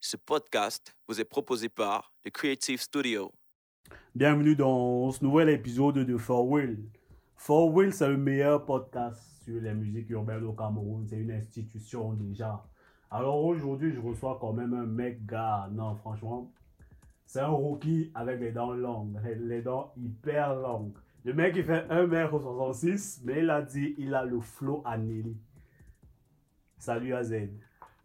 Ce podcast vous est proposé par The Creative Studio. Bienvenue dans ce nouvel épisode de For Will. For Will, c'est le meilleur podcast sur la musique urbaine au Cameroun. C'est une institution déjà. Alors aujourd'hui, je reçois quand même un mec gars. Non, franchement, c'est un rookie avec les dents longues, les, les dents hyper longues. Le mec, il fait 1m66, mais il a dit il a le flow à Nelly. Salut AZ.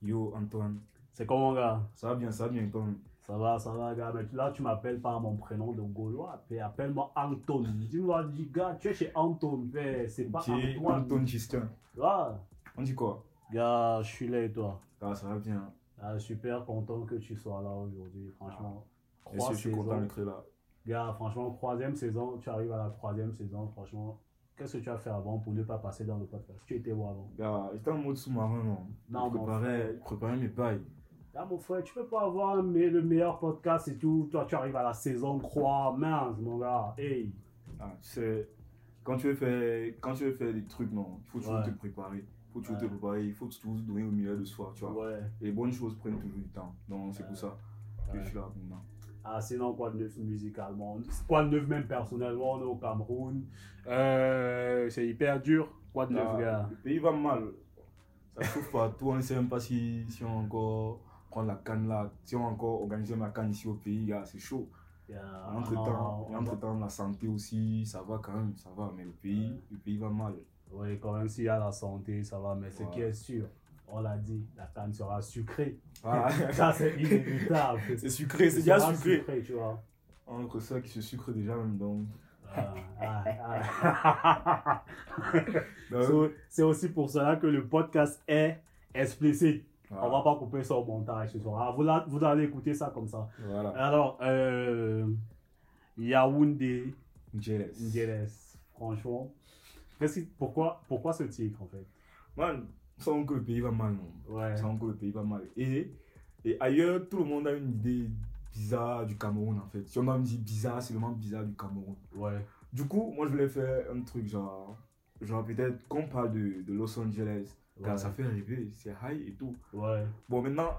Yo Antoine, C'est comment, gars ça va bien, ça va bien toi Ça va, ça va, gars. Mais là, tu m'appelles par mon prénom de Gaulois. Puis appelle-moi Anton. Tu m'as dit, gars, tu es chez Anton. mais C'est pas J'ai Antoine. Antoine Justin. Ah, On dit quoi gars, je suis là et toi. Ah, ça va bien. Ah, super content que tu sois là aujourd'hui. Franchement, Ah. Bien trois sûr, je suis content saisons. d'être là. Gars, franchement, troisième saison. Tu arrives à la troisième saison. Franchement, qu'est-ce que tu as fait avant pour ne pas passer dans le podcast Tu étais où avant Gars, j'étais en mode sous-marin, non Non, je préparais, je préparais mes bails. Ah, mon frère, tu peux pas avoir mais le meilleur podcast et tout. Toi, tu arrives à la saison 3. Mince, mon gars. Hey. Ah, tu sais, quand tu veux faire, quand tu veux faire des trucs, non, il faut toujours Ouais. te préparer. Il faut toujours Ouais. te préparer, il faut toujours donner au milieu de soir, tu vois. Ouais. Les bonnes choses prennent toujours du temps. Donc, c'est Ouais. pour ça que Ouais. je suis là maintenant. Ah, sinon, quoi de neuf musicalement Quoi de neuf même personnellement, on est au Cameroun. Euh, c'est hyper dur. Quoi de neuf, Ah, gars Le pays va mal. Ça chauffe partout, on ne sait même pas si, si on va encore prendre la canne là, si on va encore organiser ma canne ici au pays, gars, c'est chaud. Gars, Entre temps, Ah, non, entre temps, la santé aussi, ça va quand même, ça va, mais le pays, le pays va mal. Oui, quand même, s'il y a la santé, ça va. Mais ce Ouais. qui est sûr, on l'a dit, la canne sera sucrée. Ah, Ça, c'est inévitable. c'est sucré, c'est Elle déjà sera sucré. tu vois. Entre ça qui se sucre déjà même donc. Ah, ah, ah. Bah, Euh. So, c'est aussi pour cela que le podcast est explicite. Voilà. On va pas couper ça au montage ce soir. Ah, Vous, la- vous allez écouter ça comme ça. Voilà. Alors, euh, Yaoundé, Jealous. Ndiéles, franchement, qu'est-ce qui- pourquoi, pourquoi ce titre en fait Man, ça que le pays va mal, non. Ouais, Ça que le pays va mal. Et, et ailleurs, tout le monde a une idée bizarre du Cameroun en fait. Si on a une idée bizarre, c'est vraiment bizarre du Cameroun. ouais, Du coup, moi je voulais faire un truc genre, genre peut-être qu'on parle de, de Los Angeles, car ouais, ça fait rêver, c'est high et tout. ouais, Bon, maintenant,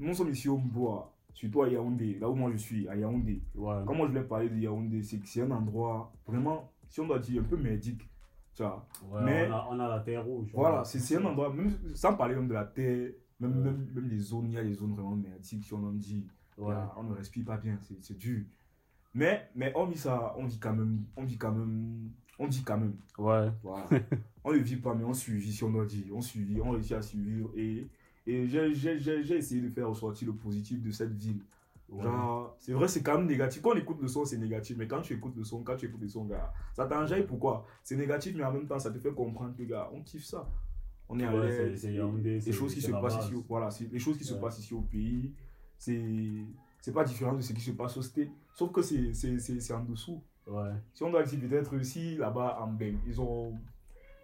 nous sommes ici au Mboa, surtout à Yaoundé, là où moi je suis, à Yaoundé. ouais, Comment je voulais parler de Yaoundé, c'est que c'est un endroit vraiment, si on doit dire, un peu merdique. Tu vois, ouais, mais- on, a, on a la terre rouge. voilà, c'est c'est un endroit, même sans parler même de la terre, même, Ouais. même, même les zones, il y a des zones vraiment merdiques, si on en dit, Ouais, Ah, on ne respire pas bien, c'est c'est dur. Mais, mais on vit ça, on vit quand même, on vit quand même, on vit quand même. ouais, Voilà. on ne vit pas, mais on suivit, si on doit dire. On suivit, on réussit à suivre. Et, et j'ai- j'ai j'ai- j'ai essayé de faire ressortir le positif de cette ville. ouais. Genre, c'est vrai, c'est quand même négatif. Quand on écoute le son, c'est négatif. Mais quand tu écoutes le son, quand tu écoutes le son, gars, ça t'enjaille. Pourquoi C'est négatif, mais en même temps, ça te fait comprendre que, gars, on kiffe ça. On est à Ouais, c'est- l'aise. c'est et- Yaoundé, c'est- Les choses qui c'est se la passent base. ici, au- voilà, c'est- les choses qui se Ouais. passent ici au pays, c'est c'est pas différent de ce qui se passe au state. Sauf que c'est- c'est c'est- c'est en dessous. ouais, Si on doit dire peut-être aussi là-bas en Beng, ils ont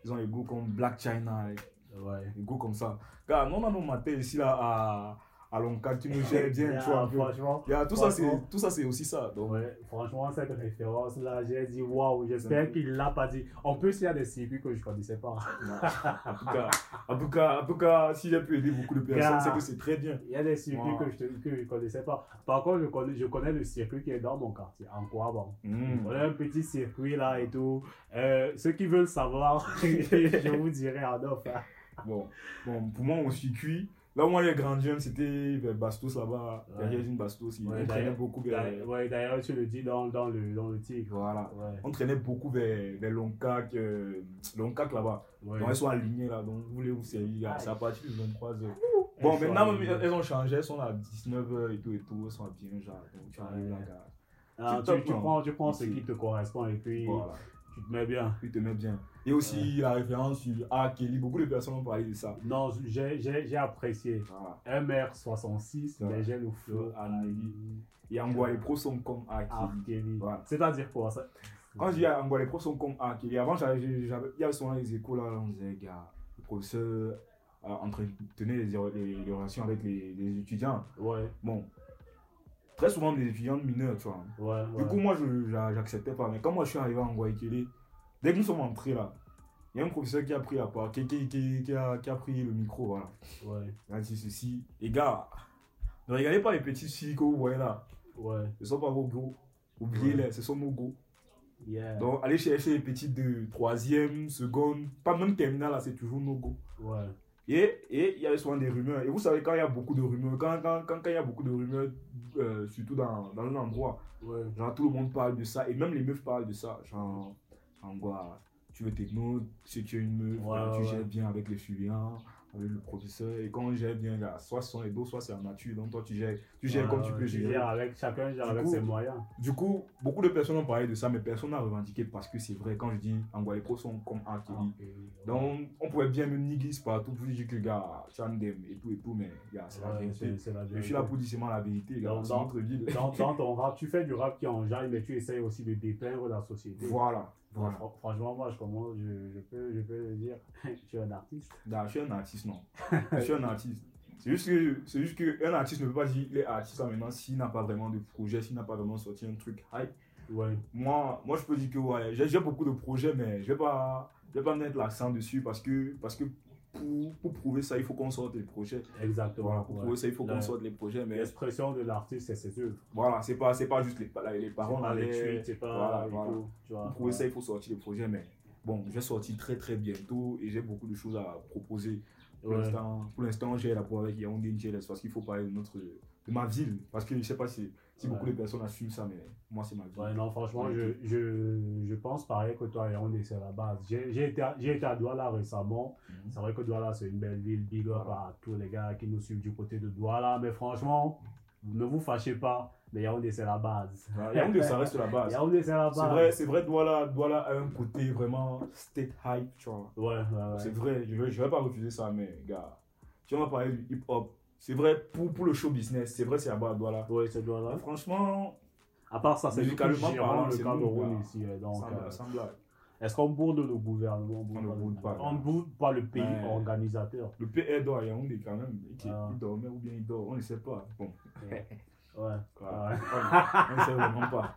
ils ont les goûts comme Black China, ouais. les goûts comme ça. Gars, non, non, non, ma tête ici là à, à Lonka, tu me gères bien, Yeah, tu vois. un peu. franchement, Gars, tout ça, franchement. c'est tout ça, c'est aussi ça. Donc, Ouais, franchement, cette référence-là, j'ai dit waouh, j'espère qu'il l'a pas dit. En plus, il y a des circuits que je connaissais pas. en tout cas, en tout cas, en tout cas, si j'ai pu aider beaucoup de Gars. personnes, c'est que c'est très bien. Il y a des circuits Wow. que, je te- que je connaissais pas. Par contre, je connais, je connais le circuit qui est dans mon quartier, en Kouaban. Mm. On a un petit circuit là et tout. Euh, ceux qui veulent savoir, je vous dirai en off. hein. Bon, bon, pour moi, on suit cuit. Là où on est grand jeune, c'était vers Bastos là-bas. Ouais. Derrière une Bastos, Ouais, on traînait d'ailleurs- beaucoup vers. D'ailleurs- ouais, D'ailleurs, tu le dis dans, dans le, dans le titre. Voilà. Ouais, On traînait beaucoup vers, vers Loncac, euh, Loncac là-bas. ouais. Donc elles sont alignées là, donc vous voulez vous servir, gars. c'est à partir de 23h. Elles Bon, sont maintenant alignées. elles ont changé, elles sont à 19h et tout et tout, elles sont bien, genre, donc tu arrives là, Ouais. gars. Ah, c'est tu, top, tu hein. prends, tu prends ce Ici. qui te correspond et puis Voilà, tu te mets bien. tu te mets bien. Et aussi la référence sur A. Kelly, beaucoup de personnes ont parlé de ça. Non, j'ai- j'ai j'ai apprécié. Voilà. MR66, Ouais. mais j'ai le flow. Le Anelli. Et Angoua, les pros sont comme A. Ah. Kelly. Arkeli. Voilà. C'est-à-dire quoi ça Quand je dis Angoua, les pros sont comme A. Kelly, avant, j'avais, j'avais- il y avait souvent les échos là, là, on disait, gars, le professeur euh, entretenait les, les- les relations avec les, les étudiants. Ouais, Bon, très souvent des étudiants mineurs, tu vois. ouais, Du ouais. coup, moi, je j'a- j'acceptais pas. Mais quand moi, je suis arrivé à Guayaquil, dès que nous sommes entrés là, il y a un professeur qui a pris la part, qui, qui, qui, qui a, qui a pris le micro, voilà. ouais. Il a dit ceci. Les gars, Ne regardez pas les petits filles que vous voyez là. Ouais, Ce ne sont pas vos gros. Oubliez-les, ce sont nos gros. yeah. Donc, allez chercher les petites de troisième, seconde, pas même terminale, là, c'est toujours nos go. ouais. Et et il y avait souvent des rumeurs. Et vous savez, quand il y a beaucoup de rumeurs, quand quand- quand- quand il y a beaucoup de rumeurs, euh, surtout dans, dans un endroit, Ouais. genre tout le monde parle de ça, et même les meufs parlent de ça. Genre, en quoi, tu veux techno, si tu es une meuf, Ouais, tu ouais. gères bien avec les filiens, avec le professeur, et quand on gère bien, là, soit ce sont les dos, soit c'est en nature, donc toi tu gères, tu gères Ouais, comme tu ouais, peux gérer. gères avec, chacun gère Du avec coup, ses moyens. Du coup, beaucoup de personnes ont parlé de ça, mais personne n'a revendiqué parce que c'est vrai, quand je dis Angoua, les pros sont comme un Kelly. Ah. Donc, on pourrait bien me nigger partout pour dire que, gars, tu as un dem et tout et tout, mais gars, c'est la Ouais, vérité. c'est c'est la Je suis vérité. là pour dire seulement la vérité, gars, Donc, c'est donc- notre ville. Dans, dans ton rap, tu fais du rap qui enjaille, mais tu essayes aussi de dépeindre la société. Voilà, voilà. Fran- Franchement, moi, je, commence, je, je peux, je peux le dire, tu es un artiste. Gars, je suis un artiste, non. je suis un artiste. C'est juste que, c'est juste que un artiste ne peut pas dire qu'il est artiste là maintenant s'il n'a pas vraiment de projet, s'il n'a pas vraiment sorti un truc hype. Ouais, moi, moi je peux dire que ouais, j'ai j'ai beaucoup de projets, mais je vais pas, je vais pas mettre l'accent dessus parce que, parce que pour, pour prouver ça, il faut qu'on sorte les projets. Voilà, exactement. pour ouais. prouver ça, il faut Ouais. qu'on sorte les projets, mais L'expression de l'artiste, c'est ses œuvres. voilà, c'est pas, c'est pas juste les, pa- les C'est paroles, pas mais les tweets, c'est pas voilà, les voilà. coups, tu vois. pour prouver ça, il faut sortir les projets, mais bon, je vais sortir très très bientôt et j'ai beaucoup de choses à proposer. Pour Ouais. l'instant, pour l'instant, j'ai la avec Yaoundé Ngeles parce qu'il faut parler de notre, de ma ville, parce que je sais pas si, si beaucoup Ouais. de personnes assument ça, mais moi c'est ma ville. Ouais, non, franchement, Ouais, je, je, je pense pareil que toi, Yaoundé, c'est la base. J'ai j'ai été, à- j'ai été à Douala récemment. Mhm. C'est vrai que Douala, c'est une belle ville. Big up Voilà. à tous les gars qui nous suivent du côté de Douala. Mais franchement, ne vous fâchez pas, mais Yaoundé, c'est la base. Voilà, Yaoundé, ça reste la base. Yaoundé, c'est la base. Ah, C'est vrai, c'est vrai, Douala, Douala a un côté vraiment state hype, tu vois. Ouais, ouais, ouais. C'est vrai, je vais, je vais pas refuser ça, mais gars, si on va parler du hip-hop, c'est vrai pour, pour le show business, c'est vrai, c'est là-bas à Douala. Ouais, c'est Douala. Franchement, À part ça, c'est nous qui Musicalement gérons parlant, le c'est nous, Cameroun gars. ici. euh, Donc, ça euh, me- ça me blague. est-ce qu'on bourde le gouvernement On ne bourde pas, On non. ne bourde pas le pays Ouais. organisateur. Le PR dort à Yaoundé quand même. Il, il Ah. dormait ou bien il dort, on ne sait pas. Bon, Ouais. quoi. Ah ouais. on ne sait vraiment pas.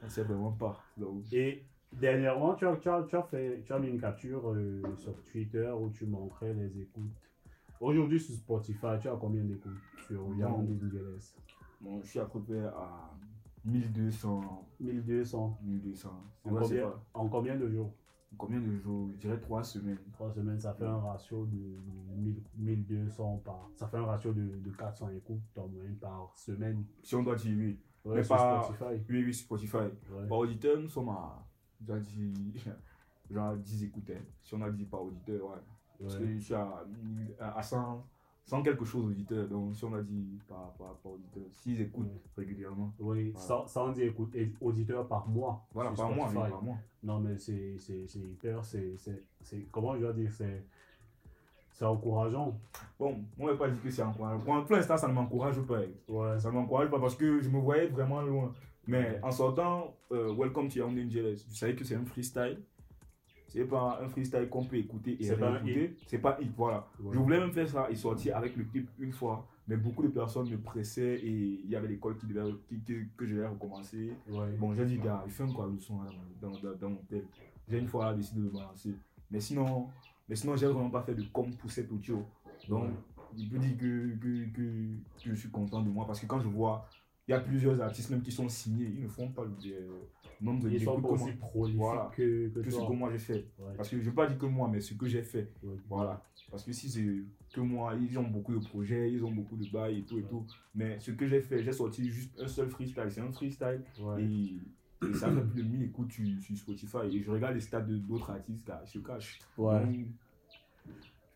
On ne sait vraiment pas. Donc, Et dernièrement, tu as, tu as- tu as fait, tu as mis une capture euh, sur Twitter où tu montrais les écoutes. Aujourd'hui, sur Spotify, tu as combien d'écoutes sur Yaoundé Ngeles bon, je suis à peu près à 1200. 1200. 1200. C'est En vrai, c'est combien, pas. en combien de jours Combien de jours Je dirais 3 semaines. Trois semaines, ça fait un ratio de 1000 1200 par. Ça fait un ratio de, de 400 écoutes en moyenne par semaine. Si on doit dire oui. Ouais, Mais sur pas- Spotify. Oui, oui, Spotify. Ouais. Par auditeur, nous sommes à. J'ai dit. Genre 10 écouteurs. Si on a dit par auditeur, ouais. Parce Ouais. que je suis à, mille- à à 100, 100 quelque chose auditeur. Donc si on a dit par, par, par auditeur, s'ils écoutent Ouais. régulièrement. Oui, Voilà. sans, sans dire écoute, et- auditeur par mois. Voilà, sur par mois, oui, Spotify. par mois. Non, mais c'est c'est- c'est hyper, c'est. c'est- c'est- Comment je dois dire C'est c'est encourageant. Bon, on ne va pas dire que c'est encourageant. Pour, pour l'instant, ça ne m'encourage pas. Ouais, Ça ne m'encourage pas parce que je me voyais vraiment loin. Mais en sortant, euh, Welcome to Young Angeles, je savais que c'est un freestyle. C'est pas un freestyle qu'on peut écouter et C'est pas un réécouter. C'est pas hit, voilà. ouais. Je voulais même faire ça et sortir avec le clip une fois, mais beaucoup de personnes me pressaient et il y avait l'école qui devait, qui- que, que je devais recommencer. Ouais. Bon, j'ai dit, gars, il fait un quoi le son là, dans, dans, dans mon tel. J'ai une fois décidé de balancer. Mais sinon, mais sinon j'ai vraiment pas fait de com pour cet audio. Donc, je peux dire que, que, que, que je suis content de moi parce que quand je vois, il y a plusieurs artistes même qui sont signés, ils ne font pas le euh, nombre Ils sont d'écoutes pas que moi- aussi prolifiques Voilà. que, que que ce toi. que moi j'ai fait. Ouais, Parce que je ne veux pas dire que moi, mais ce que j'ai fait. ouais. Voilà. Parce que si c'est que moi, ils ont beaucoup de projets, ils ont beaucoup de bails et tout et tout. Mais ce que j'ai fait, j'ai sorti juste un seul freestyle. C'est un freestyle Ouais. et, et ça fait plus de 1000 écoutes sur, sur Spotify. Et je regarde les stats de- d'autres artistes, là, je cache. Ouais. Donc,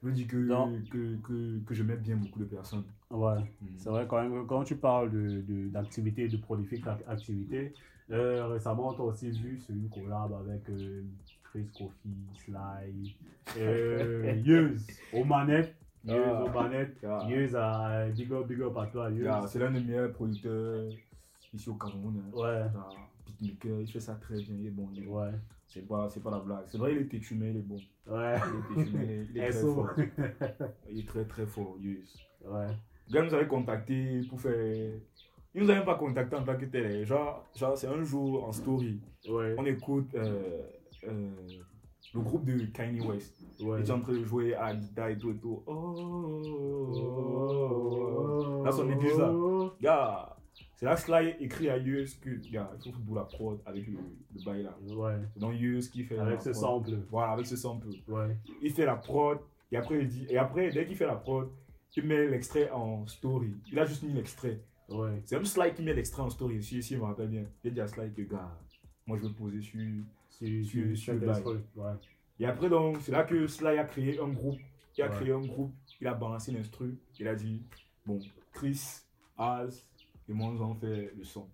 je me dis Non. que, que, que, que je mets bien beaucoup de personnes. Ouais. Mm. C'est vrai quand même que quand tu parles de, de- d'activité, de prolifique ac- activité, euh, récemment t'as aussi vu c'est une collab avec euh, Chris Coffee, Sly, euh, Yeuz, aux manettes, Yeuz Ah. aux manettes, Gars, Yeuz à big up, big up à toi Yeuz. gars, Ah, c'est l'un des meilleurs producteurs ici au Cameroun. hein. Ouais, Gars, Beatmaker, il fait ça très bien, il est bon. il est bon. ouais, C'est pas, c'est pas la blague. C'est vrai, il est têtu, mais il est bon. ouais, Il est têtu, mais il est- il est très SO. fort. Il est très très fort, Yus. ouais, Le gars nous avait contacté pour faire. Il nous avait pas contacté en tant que hein. tel. Genre, genre c'est un jour en story. ouais, On écoute euh, euh, le groupe de Kanye West. Il Ouais. était en train de jouer à la guitare et tout et tout. Oh. Là, son église, là. Gars, c'est là que Sly écrit à Yeus que, gars, il faut foutre la prod avec le, le bail là. Ouais. C'est donc Yeus qui fait Avec la ce prod. sample. Voilà, avec ce sample. Ouais. Il fait la prod, et après, il dit, et après, dès qu'il fait la prod, il met l'extrait en story. Il a juste mis l'extrait. Ouais. C'est même Sly qui met l'extrait en story, si, si, je me rappelle bien. J'ai dit à Sly que, gars, moi je veux poser sur. Sur, sur, Sur- sur sur tel Dubaï. truc, Ouais. Et après, donc, c'est là que Sly a créé un groupe. Il a Ouais. créé un groupe, il a balancé l'instru, il a dit, bon, Chris, Az, et moi, nous allons faire le son.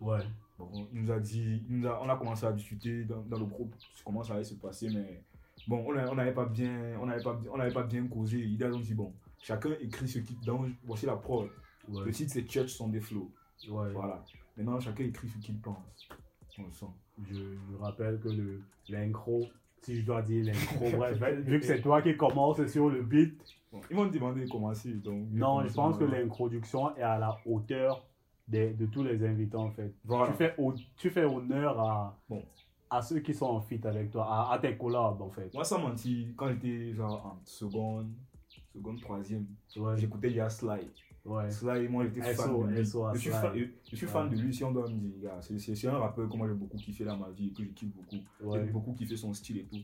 Ouais. Bon, il nous a dit, il nous a- on a commencé à discuter dans, dans le groupe sur comment ça allait se passer, mais bon, on a- on n'avait pas bien, on n'avait pas, bien- on n'avait pas bien causé. Il a donc dit bon, chacun écrit ce qu'il pense. Voici la prod. Ouais. Le titre c'est Church sont des flots. ouais. Voilà. Maintenant chacun écrit ce qu'il pense. On le sent. Je, je rappelle que le l'intro, si je dois dire l'intro, bref, ben, vu que c'est toi qui commences sur le beat, Bon, ils m'ont demandé de commencer. Donc j'ai non, je commencé pense que moi. l'introduction est à la hauteur des- de tous les invités en fait. Voilà. Tu, fais, au- tu fais honneur à, Bon. à ceux qui sont en fit avec toi, à, à tes collabs en fait. Moi sans mentir, quand j'étais genre en seconde, seconde troisième, Ouais, j'écoutais déjà Sly. ouais, Sly, moi j'étais fan SO, de lui. SO, je suis, Sly. fan, je, je suis fan Ouais. de lui si on doit me dire, gars. C'est- C'est c'est un rappeur que moi j'ai beaucoup kiffé dans ma vie et que je kiffe beaucoup. J'ai ouais, beaucoup kiffé son style et tout.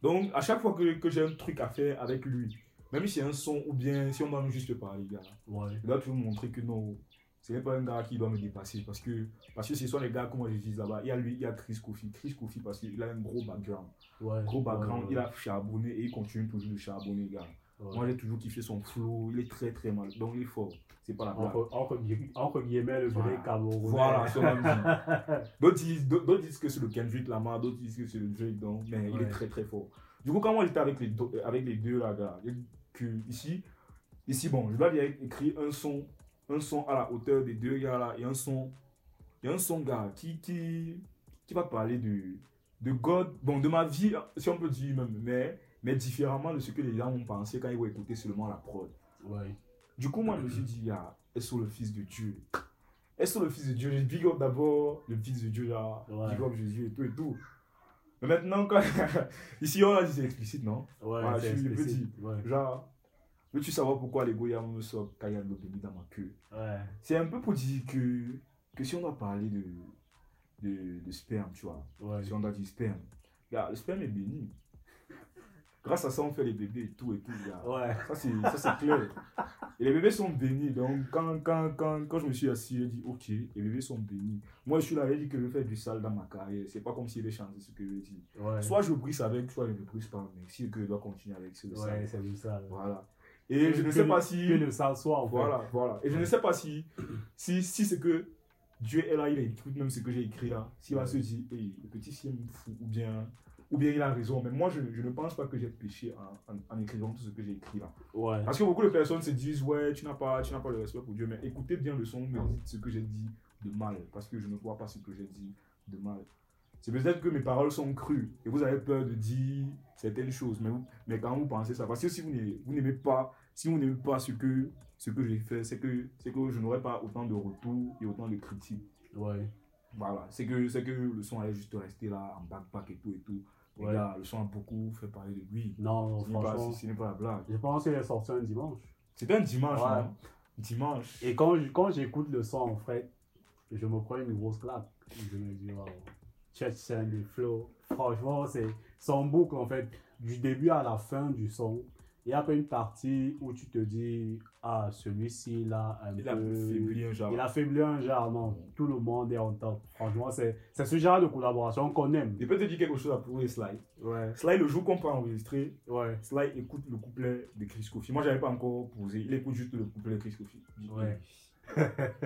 Donc à chaque fois que, que j'ai un truc à faire avec lui, même si c'est un son ou bien si on doit juste le parler, gars, ouais, je dois toujours montrer que non, ce n'est pas un gars qui doit me dépasser parce que parce que ce sont les gars comme moi je dis là-bas. Il y a lui, il y a Chris Kofi. Chris Kofi parce qu'il a un gros background. ouais. Gros background, ouais, il a charbonné et il continue toujours de charbonner, gars. ouais. Moi j'ai toujours kiffé son flow, il est très très mal. Donc il est fort. C'est pas la blague. Entre, entre gui- entre guillemets, le vrai Voilà. Camerounais. Voilà, c'est ma musique. D'autres disent, d'autres- d'autres disent que c'est le Kendrick Lamar, d'autres disent que c'est le Drake, donc, mais il Ouais. est très très fort. Du coup, quand moi j'étais avec les, do- euh, avec les deux là, gars, et que ici, ici, bon, je dois bien écrire un son, un son à la hauteur des deux gars là, et un son, et un son, gars, qui, qui, qui va parler de, de God, bon, de ma vie, si on peut dire même, mais, mais différemment de ce que les gens ont pensé quand ils vont écouter seulement la prod. Ouais, Du coup, moi, je me suis dit, ah, est-ce le fils de Dieu Est-ce le fils de Dieu Je big up d'abord le fils de Dieu, là. Ouais. Big up Jésus et tout et tout. Mais maintenant, quand... ici, on a dit c'est explicite, non ouais, Voilà, c'est je suis explicite, Ouais, Genre, veux-tu savoir pourquoi les Goyams me sortent quand il y a de l'eau bénie dans ma queue ouais, C'est un peu pour dire que, que si on doit parler de, de, de sperme, tu vois, ouais. si on doit dire sperme, gars, le sperme est béni. Grâce à ça, on fait les bébés et tout et tout, gars. Ouais, Ça, c'est ça, c'est clair. Et les bébés sont bénis. Donc, quand, quand, quand, quand je me suis assis, j'ai dit, OK, les bébés sont bénis. Moi, je suis là, j'ai dit que je vais faire du sale dans ma carrière. C'est pas comme s'il avait changé ce que je dis. ouais. Soit je brise avec, soit je ne brise pas. Mais si que je dois continuer avec ce Ouais, sale. c'est comme ça. là. Voilà. Et je Que- ne sais que- pas si. Que le sang soit en fait. Voilà, voilà. Et je ne sais pas si, si, si c'est que Dieu est là, il écoute même ce que j'ai écrit là. S'il va se dire, hey, le petit Siem me fout, ou bien, ou bien il a raison. Mais moi, je, je ne pense pas que j'ai péché en, en, en écrivant tout ce que j'ai écrit là. Ouais, Parce que beaucoup de personnes se disent, ouais, tu n'as pas, tu n'as pas le respect pour Dieu, mais écoutez bien le son, me Ah. dites ce que j'ai dit de mal, parce que je ne vois pas ce que j'ai dit de mal. C'est peut-être que mes paroles sont crues et vous avez peur de dire certaines choses, mais, vous- mais quand vous pensez ça, parce que si vous n'aimez vous n'aimez pas, si vous n'aimez pas ce que, ce que j'ai fait, c'est que, c'est que je n'aurai pas autant de retours et autant de critiques. ouais, Voilà, c'est que, c'est que le son allait juste rester là en backpack et tout et tout. Et Ouais. là, le son a beaucoup fait parler de lui. Non, non, Ce n'est pas, franchement, ce n'est pas la blague. je pense qu'il est sorti un dimanche. C'était un dimanche, Ouais. non Dimanche. Et quand je- quand j'écoute le son, en fait, je me prends une grosse claque. Je me dis, wow, Church and the Flow. Franchement, c'est son boucle, en fait, du début à la fin du son. Il y a pas une partie où tu te dis, ah, celui-ci, là, un euh, Il a peu... faibli un genre. Il a faibli un genre, non. Tout le monde est en top. Franchement, c'est c'est ce genre de collaboration qu'on aime. Je peux te dire quelque chose à prouver Sly. Ouais, Sly, le jour qu'on peut enregistrer, ouais, Sly écoute le couplet de Chris Coffey. Moi, j'avais pas encore posé. Il écoute juste le couplet de Chris Coffey. Il dit, Ouais.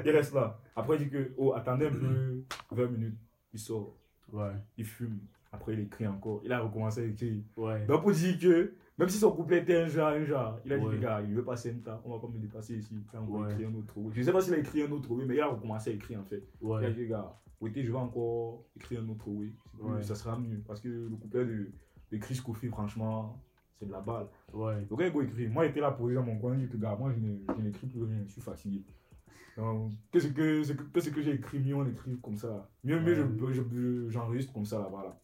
il reste là. Après, il dit que, oh, attendez un peu 20 minutes. Il sort, ouais, il fume. Après, il écrit encore. Il a recommencé à écrire. ouais. Donc, pour dire que, même si son couplet était un genre, un genre, il a dit, Ouais. les gars, il veut passer un temps. On va pas me dépasser ici. Enfin, on va Ouais. écrire un autre. Je sais pas s'il a écrit un autre, oui, mais il a recommencé à écrire en fait. Il a Ouais, dit, gars, oui, je vais encore écrire un autre oui. C'est plus- Ouais. Ça sera mieux. Parce que le couplet de, de Chris Coffey, franchement, c'est de la balle. ouais, Donc, il go écrire. Moi, j'étais là posé dans mon coin. J'ai dit que, gars, moi, je n'ai- je n'écris plus rien. Je suis fatigué. Donc, Qu'est-ce que, c'est que, qu'est-ce que j'ai écrit Mieux on écrit comme ça. Mieux, mieux, je- Ouais. je- je- j'enregistre comme ça, là, voilà.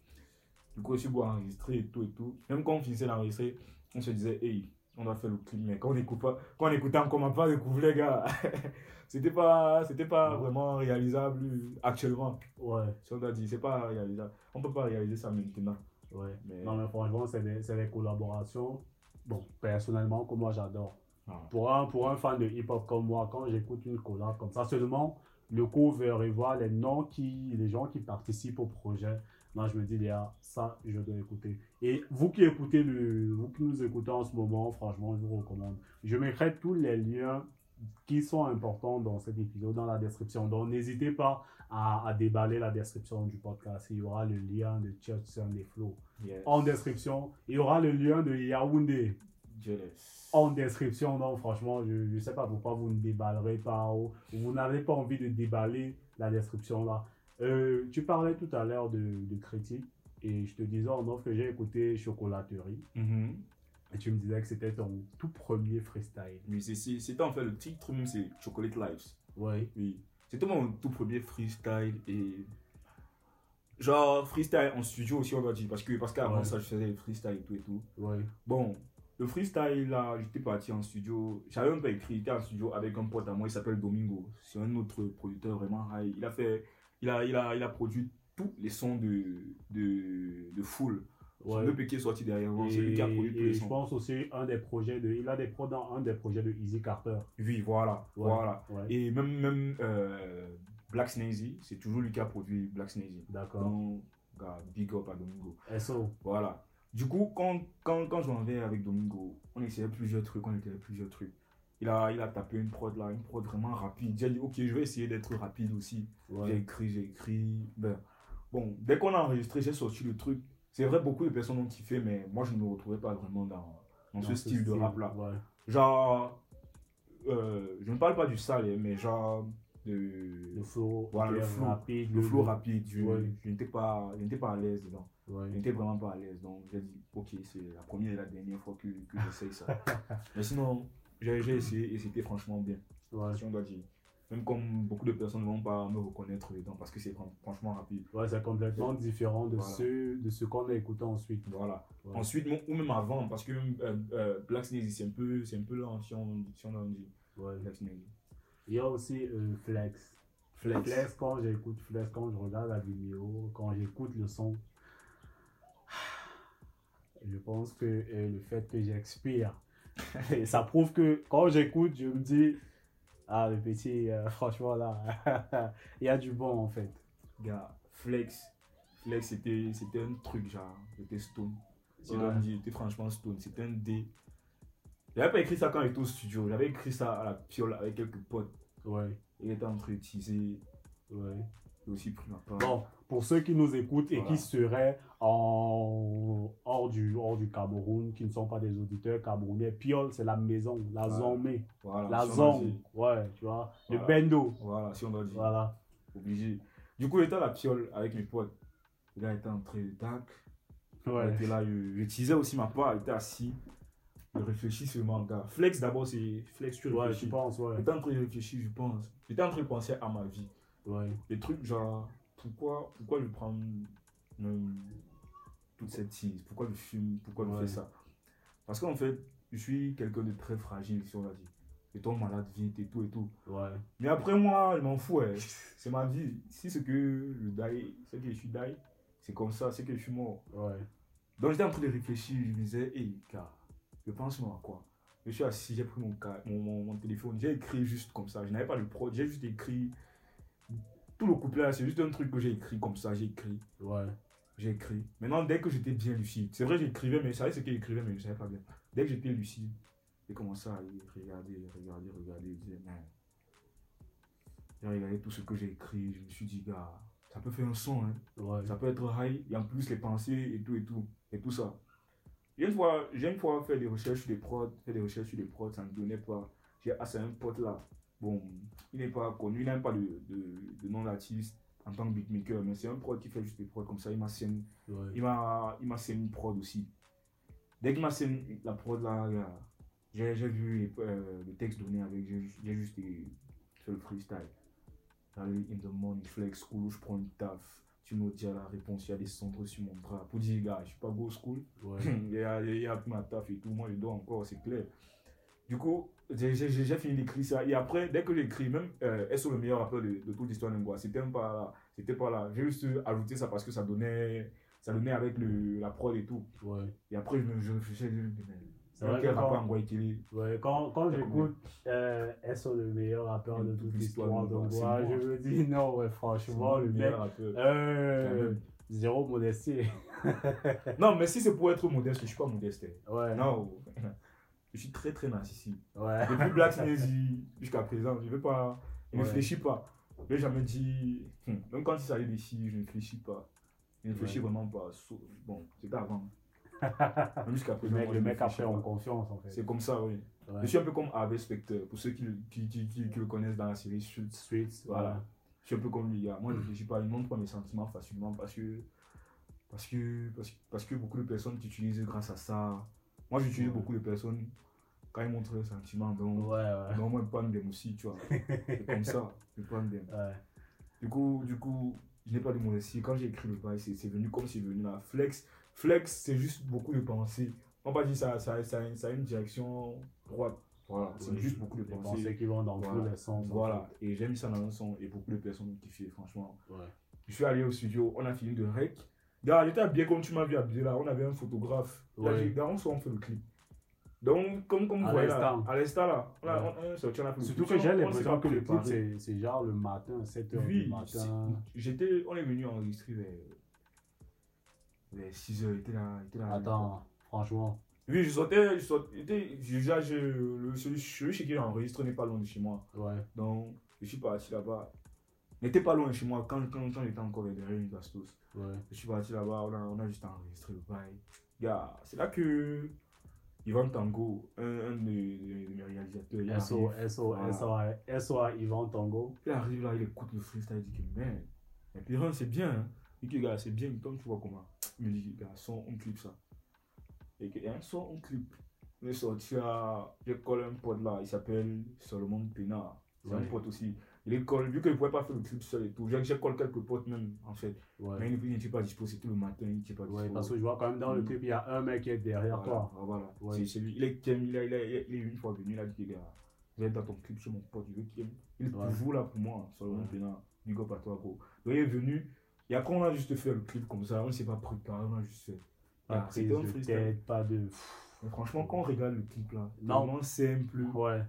Du coup, aussi pour enregistrer et tout et tout. Même quand on finissait d'enregistrer, on se disait, hey, on doit faire le clip. Mais quand on écoute pas, quand on écoutait encore ma pas découvrir les gars, c'était pas, c'était pas vraiment réalisable actuellement. Ouais, Si on doit dire, c'est pas réalisable. On peut pas réaliser ça maintenant. ouais. Mais- Non, mais franchement, c'est des, c'est des collaborations. Bon, personnellement, que moi j'adore. Ah. Pour un, pour un fan de hip-hop comme moi, quand j'écoute une collab comme ça, seulement le cover et voir les noms qui, les gens qui participent au projet, là je me dis, Léa, ça je dois écouter. Et vous qui écoutez le, vous qui nous écoutez en ce moment, franchement, je vous recommande. Je mettrai tous les liens qui sont importants dans cet épisode dans la description. Donc n'hésitez pas à, à déballer la description du podcast. Il y aura le lien de Church Sound et Flow Yes. en description. Il y aura le lien de Yaoundé Jealous. en description. Non, franchement, je ne sais pas pourquoi vous ne déballerez pas ou vous n'avez pas envie de déballer la description là. Euh, tu parlais tout à l'heure de, de critique et je te disais en off que j'ai écouté Chocolaterie Mhm. et tu me disais que c'était ton tout premier freestyle. Mais c'est- c'est- c'était en fait le titre, même c'est Chocolate Lives. Oui. Oui. C'était mon tout premier freestyle et. Genre, freestyle en studio aussi, on va dire. Parce que parce qu'avant Ouais. ça, je faisais des freestyle et tout et tout. Oui. Bon, le freestyle là, j'étais parti en studio. J'avais même pas écrit, j'étais en studio avec un pote à moi, il s'appelle Domingo. C'est un autre producteur vraiment high. Il a fait. Il a, il a, il a produit tous les sons de, de, de Full. Ouais. Le EP qui est sorti derrière moi, c'est lui Et, qui a produit tous et les je sons. pense aussi un des projets de. Il a des prods dans un des projets de Easy Carter. Oui, voilà. Ouais. voilà. Ouais. Et même, même euh, Black Snazy, c'est toujours lui qui a produit Black Snazy. D'accord. Donc, gars, big up à Domingo. SO. Voilà. Du coup, quand, quand, quand je m'en vais avec Domingo, on essayait plusieurs trucs, on essayait plusieurs trucs. Il a, il a tapé une prod là, une prod vraiment rapide. J'ai dit, ok, je vais essayer d'être rapide aussi. J'ai Ouais. écrit, j'ai écrit. Ben, bon, dès qu'on a enregistré, j'ai sorti le truc. C'est vrai, beaucoup de personnes ont kiffé, mais moi, je ne me retrouvais pas vraiment dans, dans ce, Dans style, de rap là. Ouais. Genre, euh, je ne parle pas du sale, mais genre, de, Le flow. Voilà, le hyper flow. Rapide, le flow rapide. Je, Ouais. je n'étais pas, je n'étais pas à l'aise dedans. Ouais. Je n'étais vraiment pas à l'aise. Donc, j'ai dit, ok, c'est la première et la dernière fois que, que j'essaye ça. mais sinon, j'ai j'ai essayé et c'était franchement bien. Ouais. Si on doit dire. Même comme beaucoup de personnes ne vont pas me reconnaître dedans parce que c'est fran- franchement rapide. Ouais, c'est complètement différent de Voilà. ce, de ce qu'on a écouté ensuite. Voilà. Ouais. Ensuite, mon- ou même avant, parce que euh, euh, Black Snazy, c'est un peu, c'est un peu là, si on, si on en dit. Ouais. Black Snazy. Il y a aussi euh, Flex. Flex. quand j'écoute Flex, quand je regarde la vidéo, quand j'écoute le son, je pense que euh, le fait que j'expire, et ça prouve que quand j'écoute, je me dis, ah, le petit, euh, franchement, là, il y a du bon en fait. Gars, Flex. Flex, c'était c'était un truc, genre. J'étais stone. Si Ouais. l'on dit, j'étais franchement stone. C'était un dé. J'avais pas écrit ça quand j'étais au studio. J'avais écrit ça à la piole avec quelques potes. Ouais, Il était en train de teaser. ouais. J'ai aussi pris ma part. Bon, pour ceux qui nous écoutent et Voilà. qui seraient en... hors, du, hors du Cameroun, qui ne sont pas des auditeurs camerounais, Piol, c'est la maison, la Voilà. zone, Voilà, la si on doit zone, dire. ouais, tu vois, le Voilà. bendo, Voilà, si on doit dire. voilà. Obligé. Du coup, j'étais à la piole avec mes potes. Le gars était en train de tac. Ouais. Il était là, je, je teasais aussi ma part. Il était assis. Je réfléchis seulement, gars. Flex d'abord, c'est Flex, tu Ouais, réfléchis. tu penses, ouais. J'étais en train de réfléchir, je pense. J'étais en train de penser à ma vie. Ouais, Des trucs genre, pourquoi, pourquoi je prends euh, toute cette tease Pourquoi je fume Pourquoi je Ouais. fais ça Parce qu'en fait, je suis quelqu'un de très fragile, si on va dire. Je tombe malade vite et tout et tout. ouais, Mais après, moi, je m'en fous. hein. C'est ma vie. Si c'est que je die, c'est que je suis die, c'est comme ça, c'est que je suis mort. ouais, Donc j'étais en train de réfléchir, je me disais, hé gars, je pense moi à quoi Je suis assis, j'ai pris mon, ca- mon, mon, mon téléphone, j'ai écrit juste comme ça, je n'avais pas de prod, j'ai juste écrit tout le couplet là, c'est juste un truc que j'ai écrit comme ça, j'ai écrit, ouais, j'ai écrit. Maintenant, dès que j'étais bien lucide, c'est vrai, j'écrivais, mais je savais ce que j'écrivais, mais je savais pas bien. Dès que j'étais lucide, j'ai commencé à y regarder, regarder, regarder, je disais, man. J'ai regardé tout ce que j'ai écrit, je me suis dit, gars, ça peut faire un son, hein. ouais, Ça peut être high, et en plus les pensées et tout et tout, et tout ça. J'ai une fois, j'ai une fois fait des recherches sur des prods, fait des recherches sur des prods, ça ne donnait pas. J'ai assez un pote là. Bon, il n'est pas connu, il n'a pas de, de- de nom d'artiste en tant que beatmaker, mais c'est un prod qui fait juste des prods comme ça. Il m'a scène, ouais, il m'a, il m'a scène une prod aussi. Dès qu'il m'a scène la prod là, là, j'ai, j'ai vu les- euh, le texte donné avec, j'ai, j'ai juste fait le freestyle. J'arrive in the morning, flex, cool, je prends une taf. tu me dis la réponse, il y a des cendres sur mon bras. Pour dire, gars, je suis pas go school, Ouais. il y a, il y a ma taf et tout, moi je dois encore, c'est clair. Du coup, j'ai- j'ai j'ai- j'ai fini d'écrire ça. Et après, dès que j'ai écrit, même euh, elles sont le meilleur rappeur de, de toute l'histoire de Ngoa. C'était même pas là. C'était pas là. J'ai juste ajouté ça parce que ça donnait, ça donnait avec le, la prod et tout. ouais. Et après, je me je réfléchis, je me dis, mais C'est vrai quel que rappeur quand- Ngoa est-il Ouais, quand, quand T'as j'écoute euh, Elles sont le meilleur rappeur de toute l'histoire de moi, c'est moi, je moi. me dis non, ouais, franchement, le mec, meilleur rappeur. Quand euh, même. zéro modestie. Non, mais si c'est pour être modeste, je suis pas modeste. hein. Ouais, Non, je suis très très narcissique. ouais, Depuis Black Snazy jusqu'à présent, je ne vais pas. Je ne Ouais. réfléchis pas. Je n'ai jamais dit. Hmm, Même quand il s'agit d'ici, je ne réfléchis pas. Je ne réfléchis Ouais. vraiment pas. sauf- Bon, c'était avant. Même jusqu'à le présent. mec, moi, le je ne mec a réfléchis fait pas. en confiance en fait. C'est comme ça, oui. Ouais. Je suis un peu comme Harvey Specter, pour ceux qui, qui, qui, qui- qui le connaissent dans la série Suits. Suite, Voilà. voilà. Je suis un peu comme lui, gars. Moi, Hmm. je ne réfléchis pas, je ne montre pas mes sentiments facilement parce que, parce que, parce que, parce que beaucoup de personnes t'utilisent grâce à ça. Moi, j'utilise Ouais. beaucoup de personnes quand ils montrent leurs sentiments. Donc, Ouais, ouais. non, moi, je pas me aussi, tu vois. C'est comme ça, je pas me Ouais, Du coup, du coup, je n'ai pas de mon récit. Quand j'ai écrit le bail, c'est c'est venu comme c'est venu là. Flex, flex, c'est juste beaucoup de pensées. On va dire ça, ça, ça, ça a une direction droite. Voilà, c'est ouais, juste beaucoup de des pensées. qui vont dans tous Voilà. les sens. en Voilà, et j'ai mis ça dans un son et beaucoup de personnes ont kiffé, franchement. fait. Ouais. Je suis allé au studio, on a fini de rec. Gars, j'étais bien comme tu m'as vu habillé là. On avait un photographe. Là, Ouais. j'ai dit, gars, on se on fait le clip. Donc, comme, comme À vous voyez là, l'instant. à l'instant là, on a, Ouais. on, on est sorti, on a fait le Surtout que clip. On- j'ai on s'est l'impression pas que pris le clip. plan, c'est c'est genre le matin, 7h du Oui, matin. c'est- j'étais, on est venu enregistrer vers, 6h, il était là, il était là. Attends, franchement. Oui, je sortais, je sortais, j'étais- déjà, je, le, celui, celui chez qui j'ai enregistré n'est pas loin de chez moi. Ouais, Donc, je suis parti là-bas. Il n'était pas loin de chez moi quand, quand, quand j'étais encore derrière une bastos. ouais. Je suis parti là-bas, on a, on a juste enregistré le bail. Gars, c'est là que Yvan Tango, un, un de, de- de mes réalisateurs, il SO, arrive, SO, Voilà. SO, SO, Yvan Tango. il arrive là, il écoute le freestyle, il dit que man, les périns c'est bien. Hein. Il dit que gars, c'est bien, comme tu vois comment. Il me dit, gars, son, on clip ça. Et que, hein, son, on clip. On est sorti à, je colle un pote là, il s'appelle Solomon Pénard. C'est un Ouais. pote aussi. Il est colle, vu qu'il ne pouvait pas faire le clip seul et tout. J'ai j'ai collé quelques potes même, en fait. Ouais. Mais il n'était pas dispo, c'était le matin, il n'était pas dispo. Ouais, parce que je vois quand même dans le clip, il y a un mec qui est derrière Mm. Voilà, toi. voilà. Ouais. C'est- c'est lui. Il est Kem, il, a- il, a- il est- il est une fois venu, il a dit, gars, je vais être dans ton clip sur mon pote, je veux Kem. Il est Ouais. toujours là pour moi, sur le Ouais. monde pénal. Big up à toi, gros. Donc il est venu, et après on a juste fait le clip comme ça, on ne s'est pas préparé, on a juste fait. Pas Ah, de c'était prise un de freestyle. tête, pas de. Mais franchement, quand on regarde le clip là, Non. tellement simple Ouais.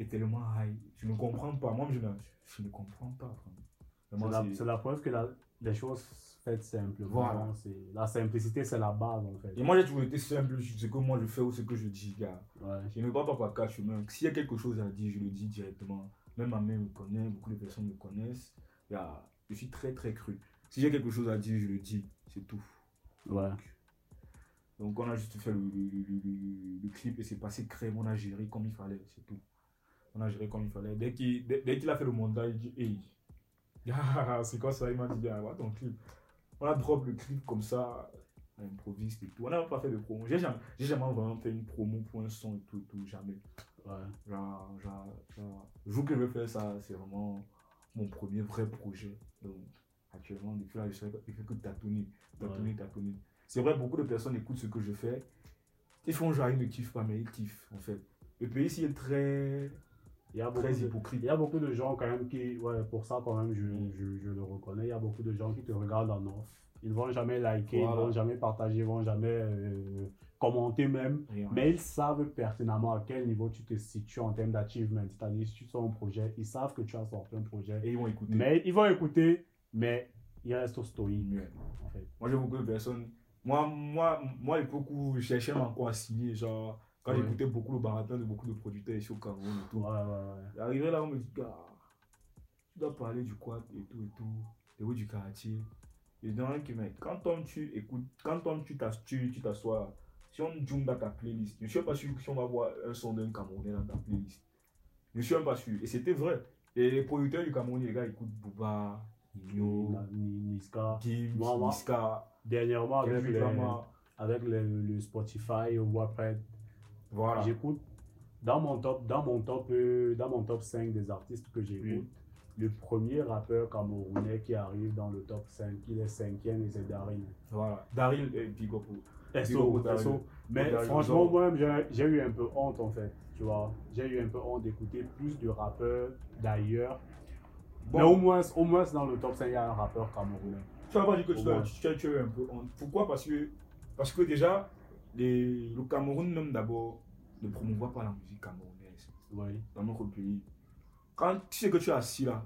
et tellement high, je ne comprends pas. Moi, je ne, je ne comprends pas. vraiment. C'est Vraiment, la, c'est- c'est la preuve que la- les choses faites simples. Voilà. vraiment, c'est- la simplicité, c'est la base en fait. Et moi, j'ai toujours été simple, sur ce que moi je fais ou ce que je dis, gars. Ouais. Je ne parle pas par cas chemin. S'il y a quelque chose à dire, je le dis directement. Même ma mère me connaît, beaucoup de personnes me connaissent. Il y a- Je suis très très cru. Si j'ai quelque chose à dire, je le dis. C'est tout. Ouais. Donc on a juste fait le, le- le- le- le clip et c'est passé crème. On a géré comme il fallait. C'est tout. On a géré comme il fallait. Dès qu'il dès- dès qu'il a fait le montage, il dit Hey, ah, c'est quoi ça Il m'a dit Ah, voilà ton clip. On a drop le clip comme ça. On improvise et tout. On n'a pas fait de promo. J'ai jamais, j'ai jamais vraiment fait une promo pour un son et tout, et tout jamais. Ouais. Genre, genre, genre, le jour que je vais faire ça, c'est vraiment mon premier vrai projet. Donc, actuellement, depuis là, je fais, je fais que tâtonner, tâtonner, tâtonner. C'est vrai, beaucoup de personnes écoutent ce que je fais. Ils font genre, ils ne kiffent pas, mais ils kiffent, en fait. Le pays ici est très, Il y a beaucoup très de- Il hypocrite. Mm. y a beaucoup de gens quand même qui, ouais, pour ça quand même, je, je, je le reconnais, il y a beaucoup de gens qui te regardent en off. Ils vont jamais liker, ils Voilà. vont jamais partager, ils vont jamais euh, commenter même. Rien. Mais ils savent pertinemment à quel niveau tu te situes en termes d'achievement. C'est-à-dire, si tu sors un projet, ils savent que tu as sorti un projet. Et ils vont écouter. Mais ils vont écouter, mais ils restent stoïques, Ouais. en fait. Moi, j'ai beaucoup de personnes. Moi, moi, moi, à l'époque où je cherchais encore à signer, genre, quand Ouais. j'écoutais beaucoup le baratin de beaucoup de producteurs ici au Cameroun et tout. Ouais, ouais, ouais. Arrivé là, on me dit, gars, tu dois parler du quad et tout et tout, des hauts du quartier. Et dans un qui mec, quand toi tu écoutes, quand toi tu t'as- tu tu t'assois, là, si on zoom dans ta playlist, je suis pas sûr si on va voir un son d'un Camerounais dans ta playlist. Je suis même pas sûr. Et c'était vrai. Et les producteurs du Cameroun, les gars, ils écoutent Booba, Nino, Ni- ni- Niska. Gims, Moi, moi. Niska, Dernièrement, avec, Kendrick les- Lamar. avec le, le Spotify, on voit après Voilà. J'écoute dans mon top, dans mon top, euh, dans mon top 5 des artistes que j'écoute. le premier rappeur camerounais qui arrive dans le top 5, il est cinquième et c'est Darin. Voilà. Daryl et Big Up. SO, Darin. SO. Mais Darin, franchement, genre. moi-même, j'ai- j'ai eu un peu honte en fait. Tu vois, j'ai eu un peu honte d'écouter plus de rappeurs d'ailleurs. Mais au Bon, moins, au moins, dans le top 5, il y a un rappeur camerounais. tu vas pas dire que Au tu, moins. as, tu, as, tu as eu un peu honte. Pourquoi Parce que, parce que déjà, les, le Cameroun, même d'abord, ne promouvoit pas la musique camerounaise. Oui. dans notre pays. Quand tu sais que tu es assis là,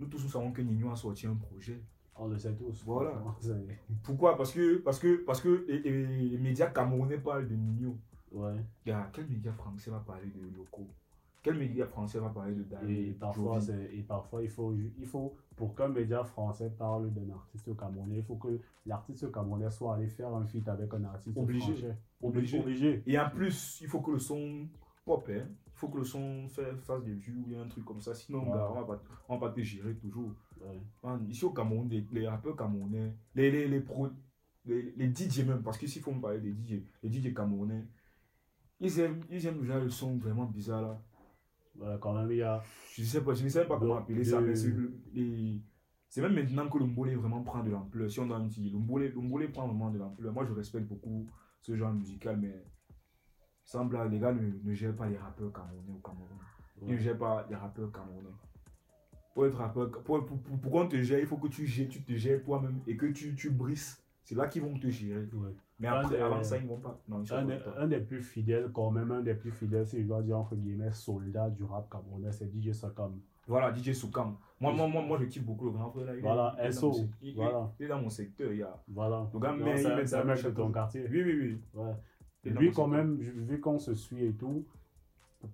nous tous nous savons que Nino a sorti un projet. On le sait tous. Voilà. franchement, c'est- Pourquoi Parce que, parce que, parce que les, les- les médias camerounais parlent de Nino. Ouais. Gars, quel média français va parler de Loco Quel média français va parler de Dali Et parfois, c'est- et parfois, il faut, ju- il faut, pour qu'un média français parle d'un artiste camerounais, il faut que l'artiste camerounais soit allé faire un feat avec un artiste Obligé. français. Obligé. Obligé. Et en plus, il faut que le son pop, hein. Il faut que le son fa- fasse des vues ou un truc comme ça. Sinon, Ouais. gars, on va pas, on va pas te gérer toujours. Ouais. Man, ici au Cameroun, les, les rappeurs camerounais, les, les, les, pro- les, les DJ même, parce que s'il faut me parler des DJ, les DJ camerounais, ils aiment, ils aiment déjà le son vraiment bizarre là. Voilà, quand même, il y a. Je sais pas, je ne sais pas comment De- appeler ça, de- mais c'est le- les- c'est même maintenant que le mbolé vraiment prend de l'ampleur. Si on doit me dire, le mbolé, le mbolé prend vraiment de l'ampleur. Moi, je respecte beaucoup ce genre musical, mais semble là, les gars ne, ne gèrent pas les rappeurs camerounais au Cameroun. Ils ne Ouais. gèrent pas les rappeurs camerounais. Pour être rappeur, pour, pour, pour- pour qu'on te gère, il faut que tu, gères, tu te gères toi-même et que tu, tu brises. C'est là qu'ils vont te gérer. Ouais. Mais Ah, après, c'est- avant ça, ils ne vont pas. Non, ils sont Un, pas des- contents. un des plus fidèles, quand même, un des plus fidèles, si je dois dire entre guillemets, soldat du rap camerounais, c'est DJ Sakam. Voilà, DJ Soukam. Moi, moi, moi, moi, je kiffe beaucoup le grand frère. Là. Il est- Voilà, il est dans SO, mon sec- il- il- voilà. Il est dans mon secteur. Il y a... Voilà. Le gars, Non, mais c'est il un- met c'est sa un mec bouche de à ton tout. quartier. Oui, oui, oui. Ouais. Il est dans Lui, mon quand secteur. même, ju- vu qu'on se suit et tout,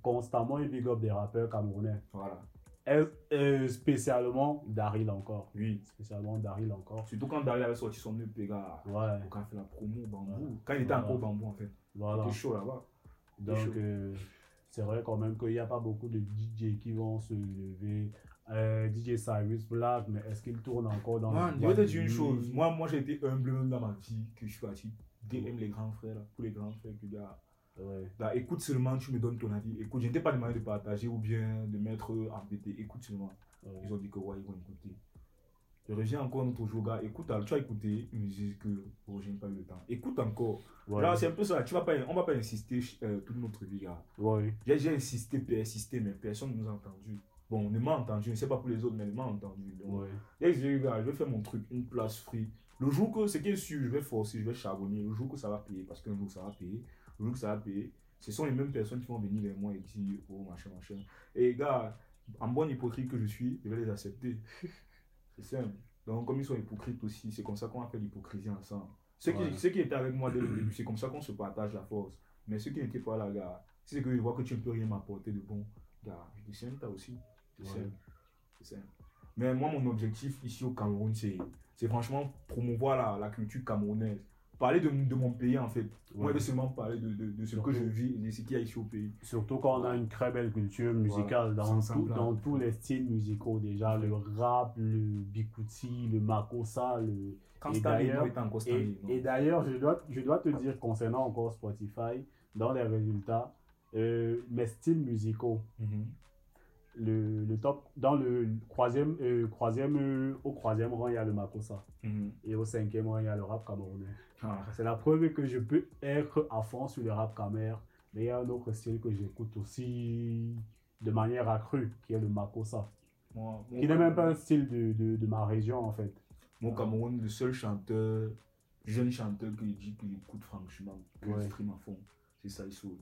constamment, il big up des rappeurs camerounais. Voilà. Et- et euh, spécialement Daryl encore. Oui. Spécialement Daryl encore. Surtout quand Dari avait sorti son EP, gars. Ouais, Pour qu'on fait la promo au bambou. Voilà. Quand il était Voilà. encore au bambou, en fait. voilà. C'était chaud là-bas. Donc, chaud. euh, c'est vrai quand même qu'il n'y a pas beaucoup de DJ qui vont se lever. Euh, DJ Cyrus Black, mais est-ce qu'il tourne encore dans Man, les je vais boîtes te de dire une nuit chose. Moi, moi j'ai été humble même dans ma vie que je suis parti DM les grands frères, là, pour les grands frères, que gars. Ouais. Là, écoute seulement, tu me donnes ton avis. Écoute, je ne t'ai pas demandé de partager ou bien de mettre en BT. Écoute seulement. ouais. Ils ont dit que ouais, ils vont écouter. Je reviens encore notre jour, gars. Écoute, alors, tu as écouté une musique que oh, j'ai pas eu le temps. Écoute encore. Ouais. Là, c'est un peu ça. Tu vas pas, on va pas insister euh, toute notre vie, gars. Ouais. J'ai j'ai insisté, persisté, mais personne ne nous a entendu. Bon, on ne m'a entendu. Je ne sais pas pour les autres, mais on ne m'a entendu. Donc, Ouais. et je dis, gars, bah, je vais faire mon truc, une place free. Le jour que c'est qui est sûr, je vais forcer, je vais charbonner. Le jour que ça va payer, parce qu'un jour ça va payer, le jour que ça va payer, ce sont les mêmes personnes qui vont venir vers moi et dire, oh machin, machin. Et gars, en bonne hypocrite que je suis, je vais les accepter. c'est simple. Donc, comme ils sont hypocrites aussi, c'est comme ça qu'on a fait l'hypocrisie ensemble. Ceux, Ouais. qui, ceux qui étaient avec moi dès le début, c'est comme ça qu'on se partage la force. Mais ceux qui n'étaient pas là, gars, si c'est que je vois que tu ne peux rien m'apporter de bon, gars, je dis, c'est toi aussi. C'est Ouais. simple. C'est simple. Mais moi, mon objectif ici au Cameroun, c'est c'est franchement promouvoir la, la culture camerounaise. Parler de, de mon pays, en fait. Moi, Ouais. je vais seulement parler de, de, de ce que je vis et de ce qu'il y a ici au pays. Surtout quand on a une très belle culture musicale Voilà. dans, Sans tout- blague. dans tous les styles musicaux déjà, le rap, le bikuti, le makossa, le... Quand Et Stanley d'ailleurs- non, était Et, encore Stanley. non. et d'ailleurs, je dois, je dois te dire concernant encore Spotify, dans les résultats, euh, mes styles musicaux, Mhm. le, le top, dans le troisième, euh, troisième, euh, au troisième rang, il y a le makossa. Mhm. Et au cinquième rang, il y a le rap camerounais. Ah, C'est la preuve que je peux être à fond sur le rap camer, mais il y a un autre style que j'écoute aussi de manière accrue, qui est le makossa. moi- mon- Qui n'est même pas un style de, de, de ma région, en fait. Mon Cameroun, le seul chanteur, jeune chanteur que je dis qu'il écoute franchement, que Ouais. je stream à fond, c'est Saïsoul.